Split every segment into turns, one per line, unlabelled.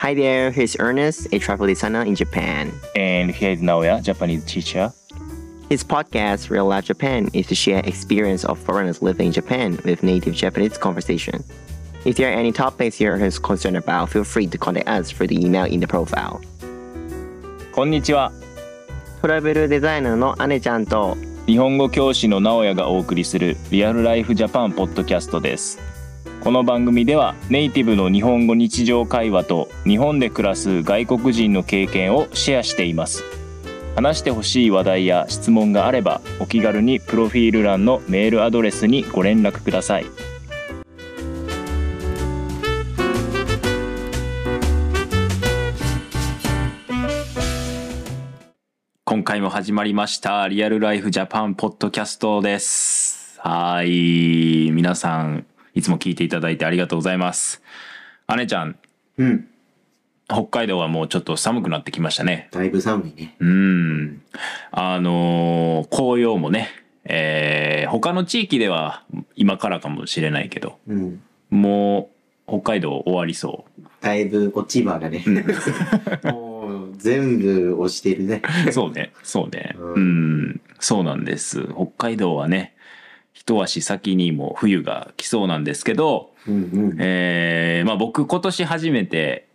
Hi there, here's Ernest, a travel designer in Japan.
And here is Naoya, Japanese teacher.
His podcast, Real Life Japan, is to share experience of foreigners living in Japan with native Japanese conversation. If there are any topics you're concerned about, feel free to contact us through the email in the profile.
こんにちは。
トラベルデザイナーの姉ちゃんと
日本語教師の直哉がお送りするリアルライフジャパンポッドキャストです。この番組ではネイティブの日本語日常会話と日本で暮らす外国人の経験をシェアしています。話してほしい話題や質問があればお気軽にプロフィール欄のメールアドレスにご連絡ください。今回も始まりましたリアルライフジャパンポッドキャストですはい皆さんいつも聞いていただいてありがとうございます姉ちゃん
うん。
北海道はもうちょっと寒くなってきましたね
だいぶ寒いね。
うんあのー紅葉もねえー他の地域では今からかもしれないけど
うん。
もう北海道終わりそ
だいぶ落ち葉がね。もう全部押してるね。
うそうねそうねう
うん
そうなんです北海道はね一足先にもう冬が来そうなんですけど、
うん
えーまあ、僕今年初めて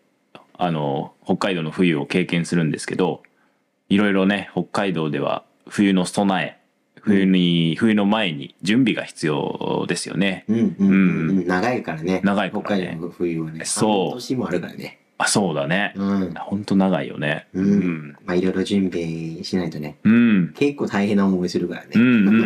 あの北海道の冬を経験するんですけどいろいろね北海道では冬の備え冬に、冬の前に準備が必要ですよね。
うん。うんうんうんうん、長いからね。
長いからね
北海道の冬はね。
そう
半年もあるからね。
あそうだね。
うん。
ほんと長いよね。
うんまあいろいろ準備しないとね。
うん。うん。
結構大変な思いするからね。
うんうんうんうんうんう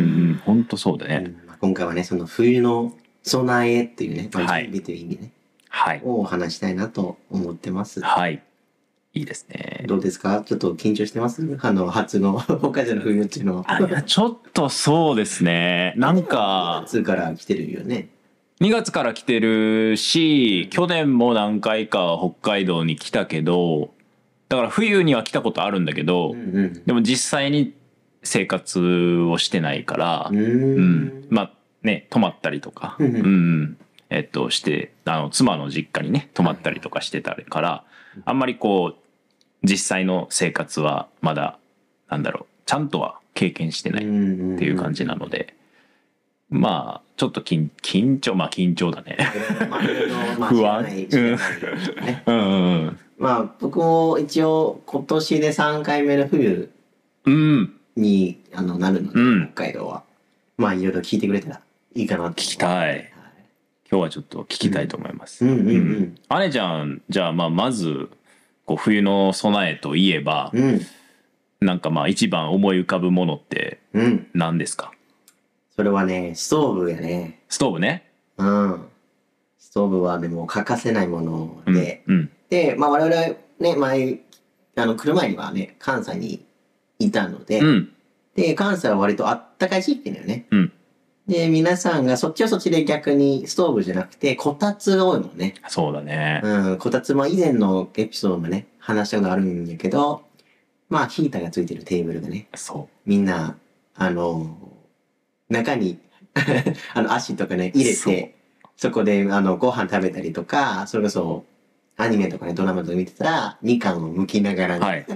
んうん。ほんとそうだね。
うんまあ今回はね、その冬の備えっていうね、まあ、
はい
準備という意味ね、
はい。
をお話したいなと思ってます。
はい。いいですね。
どうですかちょっと緊張してますあの、初の 北海道の冬っていうのは。
あいやちょっとそうですね。なんか、
夏から来てるよね。
2月から来てるし、去年も何回か北海道に来たけど、だから冬には来たことあるんだけど、
うんうん。
でも実際に生活をしてないから
う、ー
うんん。まあね、泊まったりとか、う
うんんうん
うん。えっと、して、あの、妻の実家にね、泊まったりとかしてたから、あんまりこう、実際の生活はまだ、なんだろう、ちゃんとは経験してない。
っ
っていう感じなので、まあちょっと緊緊張まあ緊張だね。 不
不
安うんうん
まあ僕も一応今年で3回目の冬
うん。
にあのなるので、
うん
北海道はまあいろいろ聞いてくれたらいいかなと
聞きたい。
は
今日はちょっと聞きたいと思いま
い
す。
うんうん
姉、ちゃんじゃあまあまずこう冬の備えといえば
うんうん
なんかまあ一番思い浮かぶものって
うん
何ですか？
それはねストーブやね
ストーブね。
うんストーブはでも欠かせないもの
うん
で、
うん
でまあ我々ね前あの来る前にはね関西にいたので、
うん
で、関西は割とあったかい地域だよね。
うん
で、皆さんがそっちはそっちで逆にストーブじゃなくて、こたつが多いもんね。
そうだね。
うん、こたつも以前のエピソードもね、話したことあるんやけど、まあ、ヒーターがついてるテーブルがね、
そ
みんな、あの、中に、 あの、足とかね、入れ
そう
て、そこで、あの、ご飯食べたりとか、それこそ、アニメとかね、ドラマとか見てたら、みかんを剥きながら
う
ね、
はい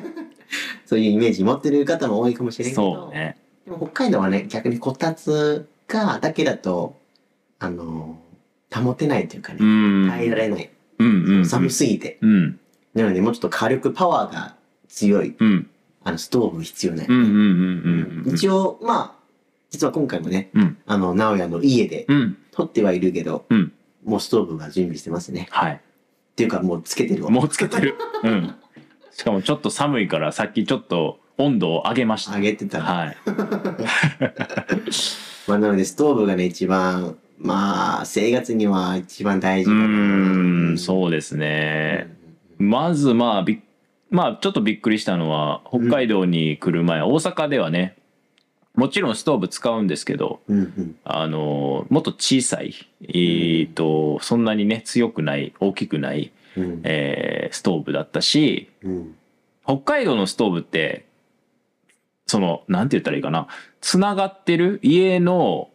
そういうイメージ持ってる方も多いかもしれんけど、
そうね。
でも北海道はね、逆にこたつが、だけだと、あのー保てないというか
う
ね、
ん
耐えられない。
うんうん
寒すぎて。
うん
なので、もうちょっと火力、パワーが強い、
うん
あの、ストーブ必要ね
うんうんうんうんうん
一応、まあ、実は今回もね、
うん
あの、直哉の家で
うん
撮ってはいるけど、
うん
もうストーブは準備してますね。
はい。
っていうか、もうつけてるわ。
もうつけてる。うん。しかもちょっと寒いから、さっきちょっと温度を上げました
あ。げてたら。
はい。
まあ、なので、ストーブがね、一番、まあ、生活には一番大
う
事かな。
ーん、
う
そうですね。
ん。
まず、まあ、びっまあ、ちょっとびっくりしたのは、北海道に来る前、大阪ではね、もちろんストーブ使うんですけど、
うんうん。
あの、もっと小さい、えっと、そんなにね、強くない、大きくない、
うん
えーストーブだったし、
うん。
北海道のストーブって、その、なんて言ったらいいかな。つながってる家の、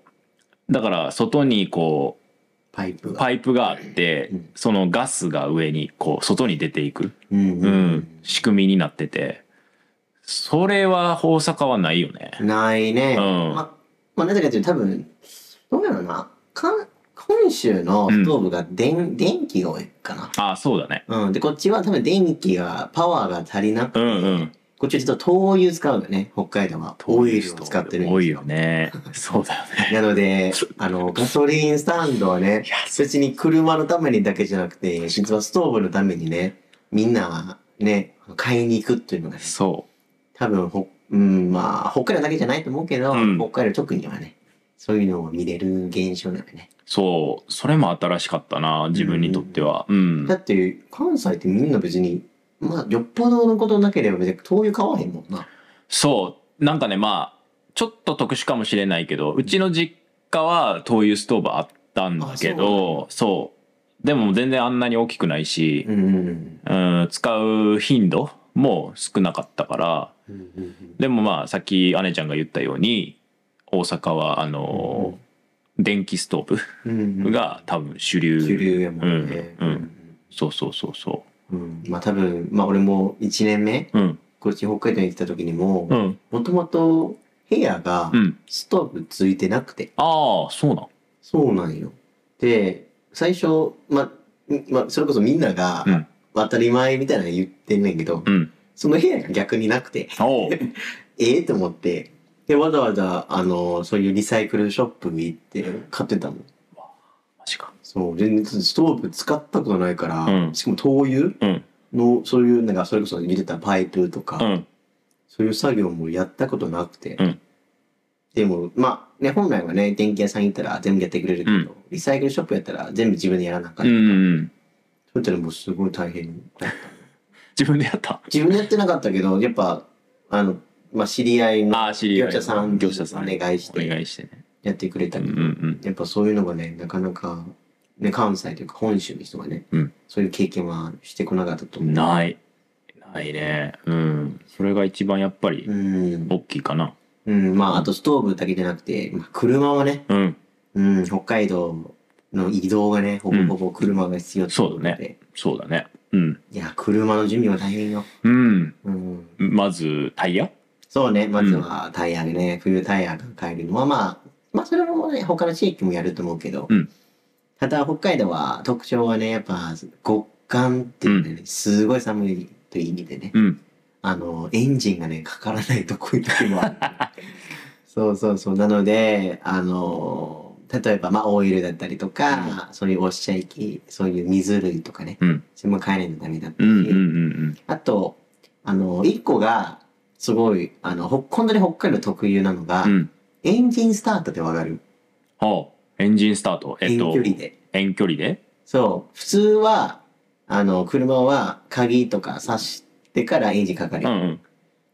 だから外にこう、
パイプが。
パイプがあって
うん
そのガスが上にこう外に出ていく、
うん
う
うん
ん、仕組みになっててそれは大阪はないよね。
ないね。
うん
ままあ、なぜかというと多分、どうやろうな。か本州のストーブが電,、電気が多いかな。
あそうだね。
うん、でこっちは多分電気がパワーが足りなくて、
うんうん。
こっちはちょっと灯油使うよね北海道はオイルを使ってるん
多
で
い
す
よね。 そうだよね。
なのであのガソリンスタンドはね別に車のためにだけじゃなくて実はストーブのためにねみんなはね買いに行くっていうのがね
そ
多分ほ、うん、まあ北海道だけじゃないと思うけど、
うん
北海道特にはねそういうのを見れる現象なんでね
う。そう。それも新しかったな、自分にとっては。うん
だ。って関西ってみんな別にまあよっぽどのことなければ別に灯油買わへんもんな
そう。なんかね、まあ、ちょっと特殊かもしれないけど、うちの実家は灯油ストーブあったんだけど、そう。でも全然あんなに大きくないし
う、んうん
うん、使う頻度も少なかったから、
うんうんうん
でもまあ、さっき姉ちゃんが言ったように、大阪は、あの、電気ストー
うんう
ブ
ん
が多分主流。
主流やもんね。
うんそうそうそうそ
うんまあ多分、まあ俺も1年目、
う。うん。
こっち北海道に来た時にも
う、ん。
もともと部屋が
うん。
ストーブついてなくて。
ああ、そうなん。
そうなんよ。で、最初、まあ、んまあ、それこそみんなが
うん
当たり前みたいなの言ってんねんけど、
うん。
その部屋が逆になくて、
おう。
ええと思って、で、わざわざ、あの、そういうリサイクルショップに行って買ってたもん。
マジか。
そう、全然ストーブ使ったことないから、
うん
しかも灯油
うん。
の、そういう、なんか、それこそ見てたパイプとか、
うん。
そういう作業もやったことなくて、
うん
でもまあね本来はね電気屋さん行ったら全部やってくれるけど、
うん
リサイクルショップやったら全部自分でやらなあかった、そ
うん
ういっ
うん。
たらもうすごい大変
自分でやった。
自分でやってなかったけどやっぱあの、まあ、知り合いの
ああ、知り合いの。
業者さん
業者さん。
お願いして
お願いしてね。
やってくれた
うん
け
う
ど、
ん
やっぱそういうのがねなかなか、ね、関西というか本州の人がね、
うん
そういう経験はしてこなかったと
う
思
ん。
う。
ない。ないね。うん。それが一番やっぱり
うん、
大きいかな。
うん、まああとストーブだけじゃなくて、まあ、車はね
うん。
うん、北海道の移動がね、ほぼほぼ車が必要ってことで、
うんそうだそうだね。うん。
いや、車の準備は大変よ。
うん。
うん。
まず、タイヤ
そうね、まずはタイヤでね、冬タイヤが買えるのは、まあ、まあ、それもね、他の地域もやると思うけど、
うん
ただ、北海道は特徴はね、やっぱ、極寒っていうね、すごい寒いという意味でね、
うん。
あの、エンジンがね、かからないとこういう時 もある。そうそうそう。なので、あの、例えば、まあ、オイルだったりとか、そういうおっしゃい器、そういう水類とかね、
うん。
それも買えないとダメだった
う
し、
んうんうん
あと、あの、一個が、すごい、あの、ほ本当に北海道特有なのが、
うん。うん。
エンジンスタートでわかる。
はあ。エンジンスタート。えっと、
遠距離で。
遠距離で
そう。普通は、あの、車は鍵とか挿してからエンジンかかる
う。んうん。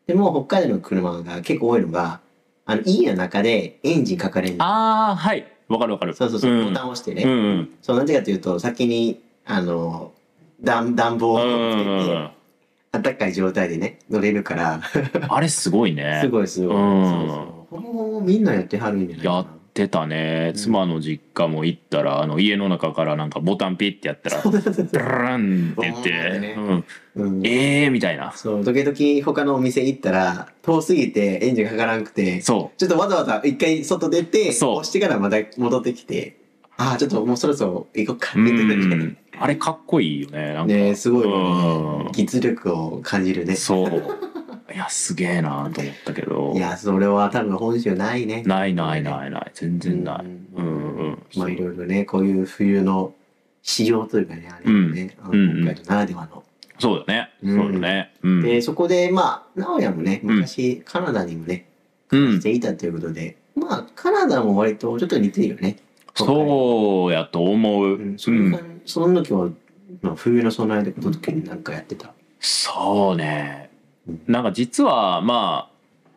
でも、北海道の車が結構多いのが、あの、家の中でエンジンかかれる。
ああ、はい。わかるわかる。
そうそうそう、
うん
ボタンを押してね。
うんうん。
そう、なぜかというと、先に、あの、暖暖房
う
を
ん
つ
うんう
け
ん
て、暖かい状態でね、乗れるから、
あれすごいね。
すごいすごい。
うん
そうそう。もうみんなやってはるんじゃないか
や
な
っ。てたね、
うん
妻の実家も行ったらあの家の中からなんかボタンピッてやったらブランって言
ボーンっ
って
てね
うん、
うん
ええー、みたいな
そう、時々他のお店行ったら、遠すぎてエンジンかからなくて、ちょ
そ
っとわざわざ一回外出て、
そう
押してからまた戻ってきて、ああ、ちょっともうそろそろ行こうかって
うう
言ってた
んあれかっこいいよねなんか
ねすごいよ
う
ね
ん。
技術力を感じるね。
そういやすげえなと思ったけど
いや、それは多分本州ないね。
ないないないない全然ない、
う
うんんうん
まあいろいろね、こういう冬の仕様というかね、あれもね、あの
うんう
北海
ん
道ならではの。
そうだね、
うん
そうだねうん、
で、そこで、まあ、直哉もね、
うん
昔、カナダにもね、
う
し
ん、
ていたということで、まあ、カナダも割とちょっと似てるよね。
そうやと思う、
うん、その間その時は、まあ、冬の備えでこと時になんかやってた。
そうね。なんか実はまあ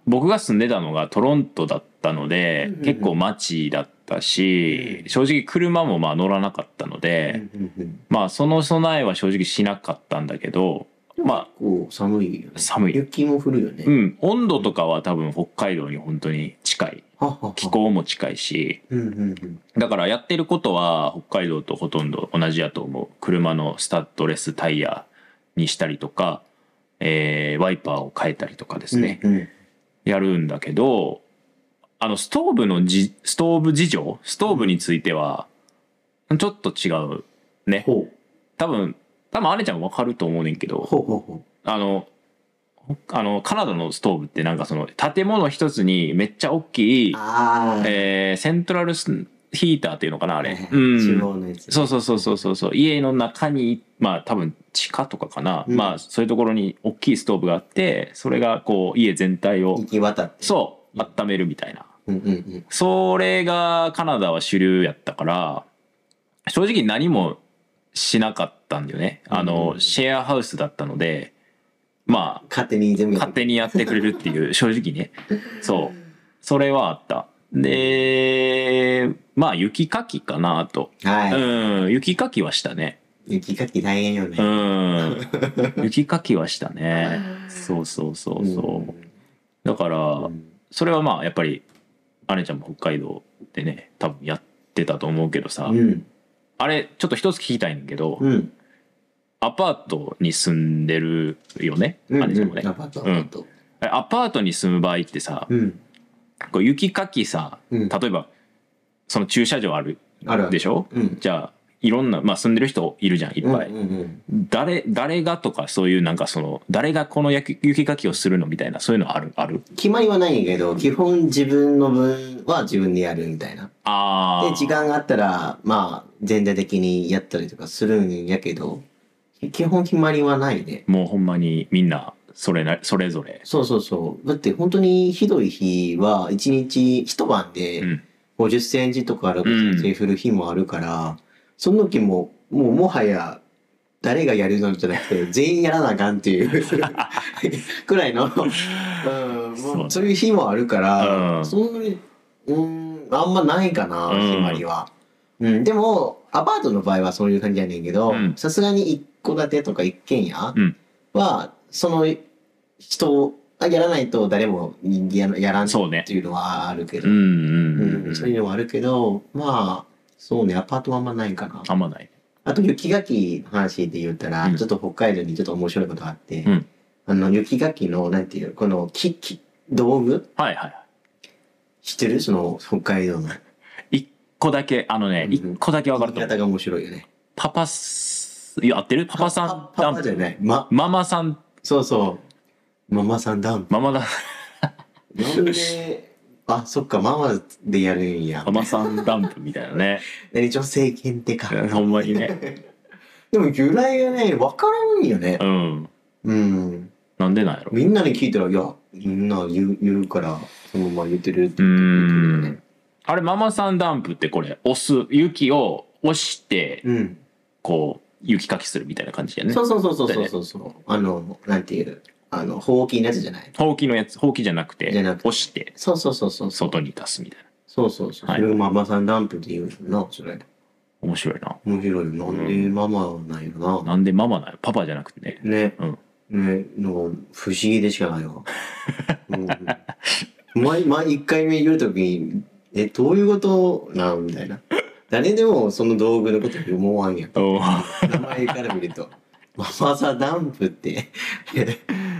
僕が住んでたのがトロントだったので、
うんうんうん
結構街だったし、正直車もまあ乗らなかったので、
うんうんうん
まあその備えは正直しなかったんだけどま
結構寒いよね
あ。寒い。
雪も降るよね。
うん、温度とかは多分北海道に本当に近い
ははは
気候も近いし、
うんうん
だからやってることは北海道とほとんど同じやと思う。車のスタッドレスタイヤにしたりとか、えーワイパーを変えたりとかで
う
す
ん。
ね、
うんうん。
やるんだけど、あのストーブのじ、ストーブ事情ストーブについては、ちょっと違うね。
ほう。
多分、多分あれちゃんわかると思うねんけど、
ほうほうほ。、
あの、ほあの、カナダのストーブってなんかその建物一つにめっちゃ大きいう
ああ。
えーセントラルスヒーターっていうのかなあれ。う
地
ん。
方のやつ。
そうそうそうそうそうそう。家の中に、まあ多分地下とかかな。
うん
まあそういうところに大きいストーブがあって、それがこう家全体を
行、き渡って。
そう、温めるみたいな。
う。うんうんうん。
それがカナダは主流やったから、正直何もしなかったんだよね。あの、
うん
シェアハウスだったので、まあ、
勝手に全部
勝手にやってくれるっ ていう、正直ね。そう。それはあった。で、まあ、雪かきかなと。
は
うん、雪かきはしたね。
い。雪かき大変よね。
うん。 雪かきはしたね。そうそうそうそう。だから、
ん
それはまあやっぱり姉ちゃんも北海道でね多分やってたと思うけどさ、
うん。
あれちょっと一つ聞きたいんだけど、
うん。
アパートに住んでるよね、
うん。
姉ちゃんもね
アパート、アパート。
えアパートに住む場合ってさ、
うん。
こう雪かきさ
うん。
例えばその駐車場ある
あるある
でしょ
うん。
じゃあいろんな、まあ、住んでる人いるじゃんいっ
うん
ぱい、
うん
誰誰がとかそういうなんかその誰がこの雪雪かきをするのみたいなそういうのあるある
うん。決まりはないんやけど、基本自分の分は自分でやるみたいな。
あー
で、時間があったら、まあ、全体的にやったりとかするんやけど、基本決まりはないね。
もうほんまにみんなそれなそれぞれ
そうそうそう。だって本当にひどい日は、一日一晩
う
で
ん
50センチとか60センチ降る日もあるから、その時も、もうもはや、誰がやるのじゃなく て、全員やらなあかんっていうくらいの、うん、
そう
も
ね
うそういう日もあるから、
うん
そんなに、うん、あんまないかな、
うん
決まりは。うん、でも、アパートの場合はそういう感じやねんけど
うん、
さすがに一戸建てとか一軒家
うん
は、その人がやらないと誰もややらんっ
そうね
ていうのはあるけ
う
ど、
んうんうん
う
うんん
そういうのはあるけど、まあ、そうね、アパートはあんまないかな。
あんまない。
あと雪かきの話で言ったら、
うん
ちょっと北海道にちょっと面白いことがあって、
うん
あの雪かきのなんていうこの木木道具
はいはい。
知ってるその北海道の
一個だけ、あのね
う、ん
一個だけ分か
言い
る
方
と思う。
が面白いよね。
パパス、いや、合ってるパパさん
パ
ダ
パ
ン
パじゃ
プ。
ない。ま、
ママさん、
そうそう。ママさんダンプ。
ママだ、
なんで、あ、そっか、ママでやるんや
マ。マさんダンプみたいな ね。
何女性検定か。
ほんまにね。
でも由来がね、わからんよね
う。ん。
うん。
なんでなんやろ。
みんなに聞いたら、いや、みんな言う言うから、そのまま言ってるって
う
言ってるよね
ん。。あれ、ママさんダンプってこれ、押す、雪を押して、
うん。
こう、雪かきするみたいな感じだよね
そ。うそうそうそう
だよ
そう
ね
そうそう、あのなんていうあのほうきのやつじゃない
ほうきのやつ、ほうきじゃなくて
じゃなく、て
押して、
そうそうそうそうそう
外に出すみたいな。
そうそうそう、
はい
それママさんダンプっていうのそれ
面白いな。
面白いよなんでママなんやろな、
なんでママなのパパじゃなくてね。
ね、
うん
ねなんか不思議でしかない わ、うん、毎毎1回目言うときにえどういうことなんみたいな誰でもその道具のこと思わんやん
おー
名前から見ると「ママさダンプ」って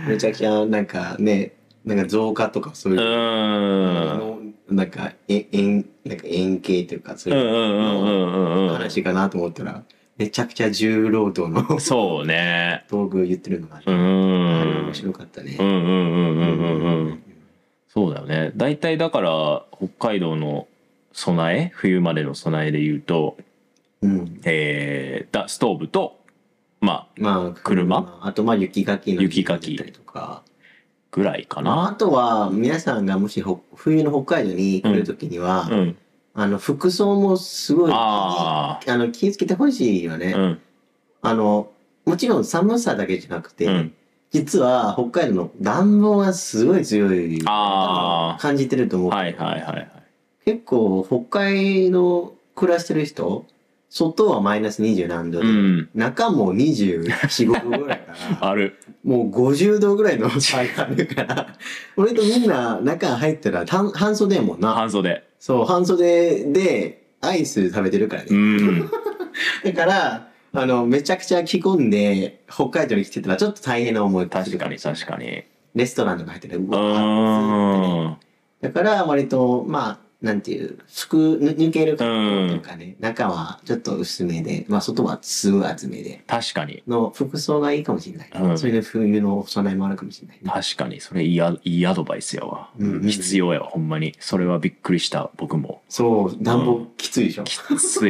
めちゃくちゃなんかねなんか造花とかそう
う
いう、
ーん。
のなんかえ円なんか円形というかそう
うんう
いうん
うんうんうんうん。
話かなと思ったらめちゃくちゃ重労働 の
そうね。
道具言ってるのがあ
う
る、
ん。
あれ
うん
面白かったね
う。んうんうんうんう
うん
ん。そうだよね。大体だから、北海道の備え、冬までの備えで言うと、
うん
えー、だストーブと、まあ、
まあ
車
あとまあ雪かきの
雪かき
だったりとか
ぐらいか
まああ
な。
とは皆さんがもしほ冬の北海道に来る時には、
うん。
あの服装もすごい気に
あ
あの気をつけてほしいよね、
うん。
あのもちろん寒さだけじゃなくて、
うん。
実は北海道の暖房がすごい強い
あー
感じてると思う、
はいはいはいはい。
結構北海道暮らしてる人外はマイナス20何度
う
で、
ん。
中も24、5度ぐらいかな。
ある。
もう50度ぐらいの体感だから、俺とみんな中入ったら単半袖やもんな。
半袖。
そう、半袖でアイス食べてるからね。
うん。
だから、あの、めちゃくちゃ着込んで、北海道に来てたらちょっと大変な思いす
確
る
かに確かに。
レストランとか入ってたら、う
う
わ暑いってね
ん。
だから、割と、まあ、なんていう、服、ぬ抜ける格好というかね、中はちょっと薄めで、まあ、外はすごい厚めで、
確かに。
の服装がいいかもしれないな。
うん
そういう冬の備えもあるかもしれないな。
確かに。それいいあいいアドバイスやわ。
うんうん
必要やわ、ほんまに。それはびっくりした、僕も。
そう、暖房きついでしょ。
き つ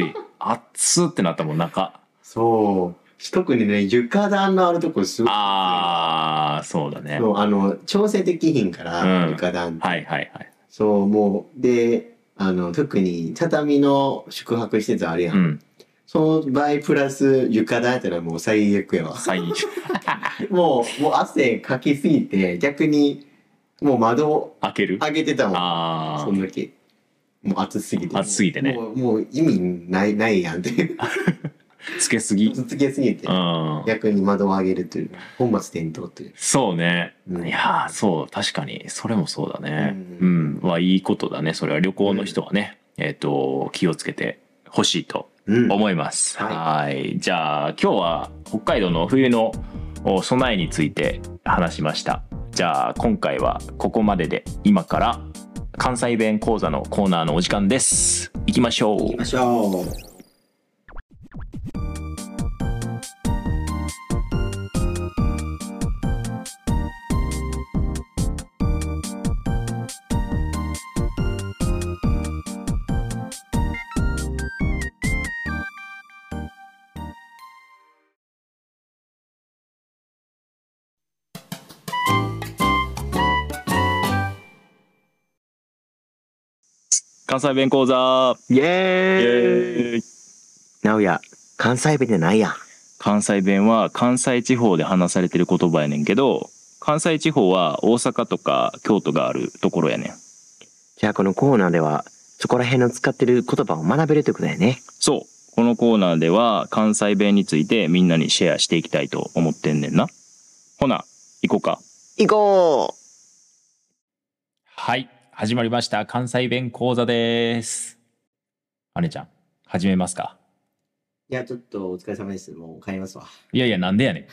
い。熱ってなったもん、中。
そう。特にね、床暖のあるとこすごい。
あー、そうだね。
そうあの、調整できひんか
う
ら、
ん
床暖って。
はいはいはい。
そう、もう、で、あの、特に畳の宿泊施設あるやん。
うん。
その場合、プラス床だったらもう最悪やわ。
最近。
もう、もう汗かきすぎて、逆に、もう窓
開ける
開けてたもん。
あ
そ
ー。
の時。もう暑すぎて。
暑すぎてね
もう、もう意味ない、ないやんっていう。
つけすぎ。
続けすぎて
う。ん。
逆に窓を開けるという。本末転倒という。
そうね。
うん
いやーそう、確かに。それもそうだね。
う
うん。はいいことだね。それは旅行の人はね、えっ、と、気をつけてほしいと
うん。
思います。
はい
はい。じゃあ、今日は北海道の冬のお備えについて話しました。じゃあ、今回はここまでで、今から関西弁講座のコーナーのお時間です。行きましょう。
行きましょう。
関西弁講座
イ
イエ
エーイ
ーイ
なおや、関西弁じゃないやん。
関西弁は関西地方で話されてる言葉やねんけど関西地方は大阪とか京都があるところやねん
じゃあこのコーナーでは、そこら辺の使ってる言葉を学べるってことだよね。
そうこのコーナーでは関西弁についてみんなにシェアしていきたいと思ってんねんなほな行こうか
行こ
はい。始まりました。関西弁講座です。姉ちゃん、始めますか。
いや、ちょっとお疲れ様です。もう帰りますわ。
いやいや、なんでやね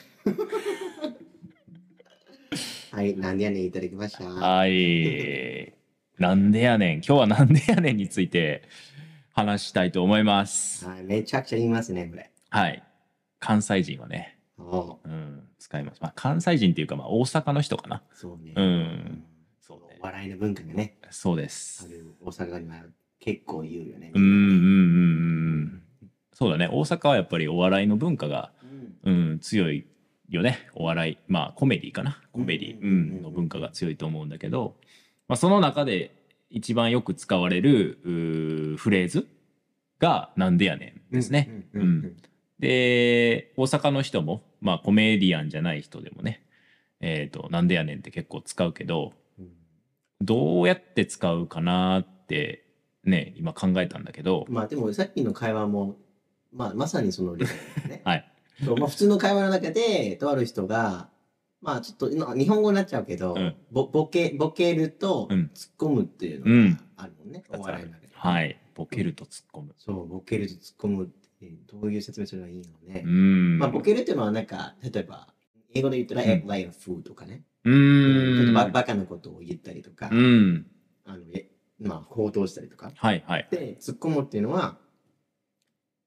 ん。
はい、なんでやねんいただきました。
はい。なんでやねん。今日はなんでやねんについて話したいと思います。
はい、めちゃくちゃ言いますね、これ。
はい。関西人はね、
お
うん、使います。まあ、関西人っていうか、まあ、大阪の人かな。
そうね。
うんそうね
お笑いの文化がね、
そうで
あ
す。
る大阪には結構言うよね。
うん、うん、うん、うん。そうだね。大阪はやっぱりお笑いの文化が、
うん。
うん、強いよね。お笑い。まあ、コメディかな。コメディ、
う
うんん、の文化が強いと思うんだけど、まあ、その中で一番よく使われるうーフレーズが、なんでやねんですね。
うん。
うんで、大阪の人も、まあコメディアンじゃない人でもね、えっ、と、なんでやねんって結構使うけど、
うん
どうやって使うかなってね、今考えたんだけど、。
まあ、でもさっきの会話も、まあ、まさにその理解だよね
はい。
そうまあ、普通の会話の中で、とある人が、まあ、ちょっとな日本語になっちゃうけど、
うん
ぼボケ、ボケると
うん
突っ込むっていう
う
の
ん
があるもんね、
二つある
お笑いの中で。
はい。ボケると突っ込む。
そう、ボケると突っ込むって、どういう説明すればいいのね。
うん。
まあ、ボケるっていうのはなんか、例えば、英語で言ったら、
う
act
ん
like a fool とかね。
う
ちょっとバ
ん。
バカなことを言ったりとか、
うん。
あのえまあ、行動したりとか。
はいはい。
で、突っ込むっていうのは、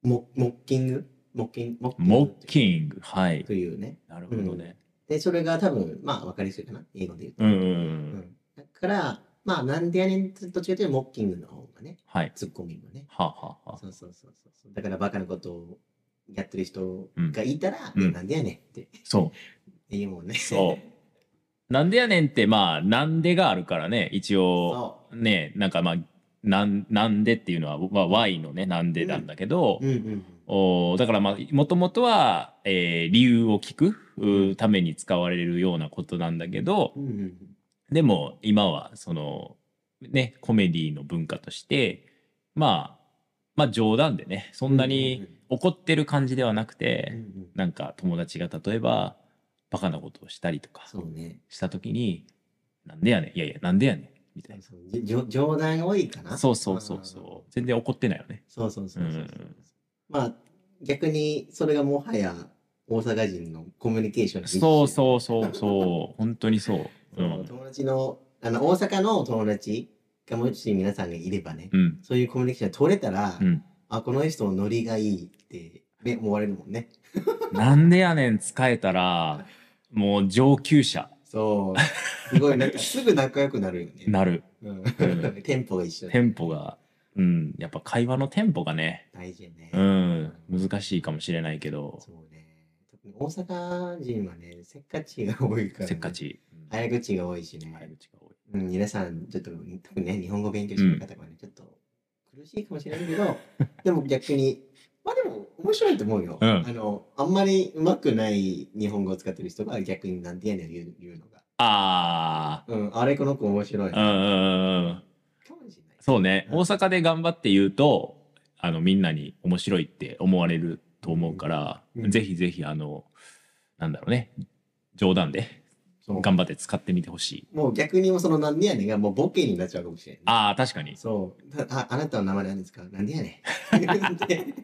モモッキングモッキングモッキング
モッキング。はい
と。いうね。
なるほどね。
で、それが多分、まあ、わかりやすいかな。英語で言うと。
うん。うん
う
うん、
んだから、まあ、なんでやねんとどっちかというと、モッキングの方がね、
はい。
突っ込みもね。
はあ、はあはあ
そうそうそうそう。だから、バカなことをやってる人がいたら、
うん
いやなんでやねんって
そう。
言うもんね。
そう。なんでやねんって、まあ、なんでがあるからね、一応。
そ
ねなんかまあなんなんでっていうのは、まあ、Y のねなんでなんだけど、
う。うんうんうん。
おーだからまあもともとは、えー理由を聞くうーために使われるようなことなんだけど
うんうんうん
でも今はそのねコメディの文化としてまあまあ冗談でねそんなに怒ってる感じではなくて、
うんうん
なんか友達が例えばバカなことをしたりとか
そうね
した時に「なんでやねんいやいやなんでやねん」みたい
そうじじょ冗談多いかな
なそうそうそうそう全然怒ってないよね
そうそうそうそうそう、
うん
まあ逆にそれがもはや大阪人のコミュニケーションの一種
そうそうそうそう本当にそうう
そう、
ん、
友達のあの大阪の友達がもし皆さんがいればね、
うん、
そういうコミュニケーションが取れたら、
うん
あこの人のノリがいいって、ね、思われるもんね
なんでやねん使えたらもう上級者
そうすごいなん かすぐ仲良くなるよね
なる
うん
ん
テンポが一緒
テンポがうんやっぱ会話のテンポがね
大事よね、
うん難しいかもしれないけど
そうね特に大阪人はねせっかちが多いからね、
せっかちうん
早口が多いしね、
早口が多い
うん、皆さん、ちょっと、特にね、日本語勉強してる方はね、ちょっと苦しいかもしれないけ ど、でも逆に、まあでも面白いと思うよ。
うん
あの、あんまりうまくない日本語を使ってる人が逆になんてやねん言う言うのが。
あ
うん、あれこの子面白い。
あうんうんうんうん
かもしれない。
そうね、
うん
大阪で頑張って言うとあのみんなに面白いって思われると思うから、
うん
ぜひぜひあのなんだろうね冗談で
そう
頑張って使ってみてほしい
もう逆にもうそのなんでやねんがもうボケになっちゃうかもしれない。
ああ確かに
そう。たあ、あなたの名前なんですかなんでや ねん。って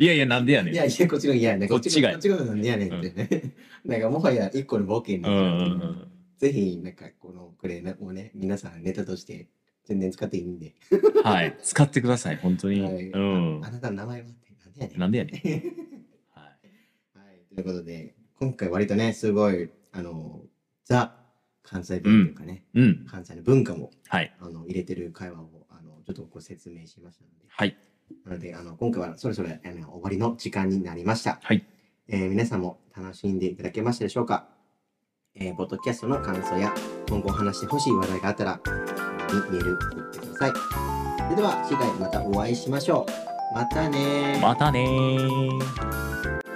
いやいやなんでやねん
いやいや、こっちがいやねん。
こっちが
こっちがなんでやねんってね。 なんかもはや一個のボケに
う
なっち
んう
ゃう。
んうん
ぜひ、なんか、このクレームをね、皆さんネタとして全然使っていいんで。
はい使ってください本当に、
はい
うん
あなたの名前はって、なんでやねん。
なんでやねん、 はい、
はい。ということで、今回割とね、すごい、あの、ザ、関西弁というかね、
うん
関西の文化も
はい
あの入れてる会話を、あの、ちょっとご説明しましたので。
はい
なので、あの、今回はそろそろ、あの、終わりの時間になりました。
はい。
えー皆さんも楽しんでいただけましたでしょうかえー、ボッドキャストの感想や、今後話してほしい話題があったら、にメール送ってください。それでは、次回またお会いしましょう。またねー
またねー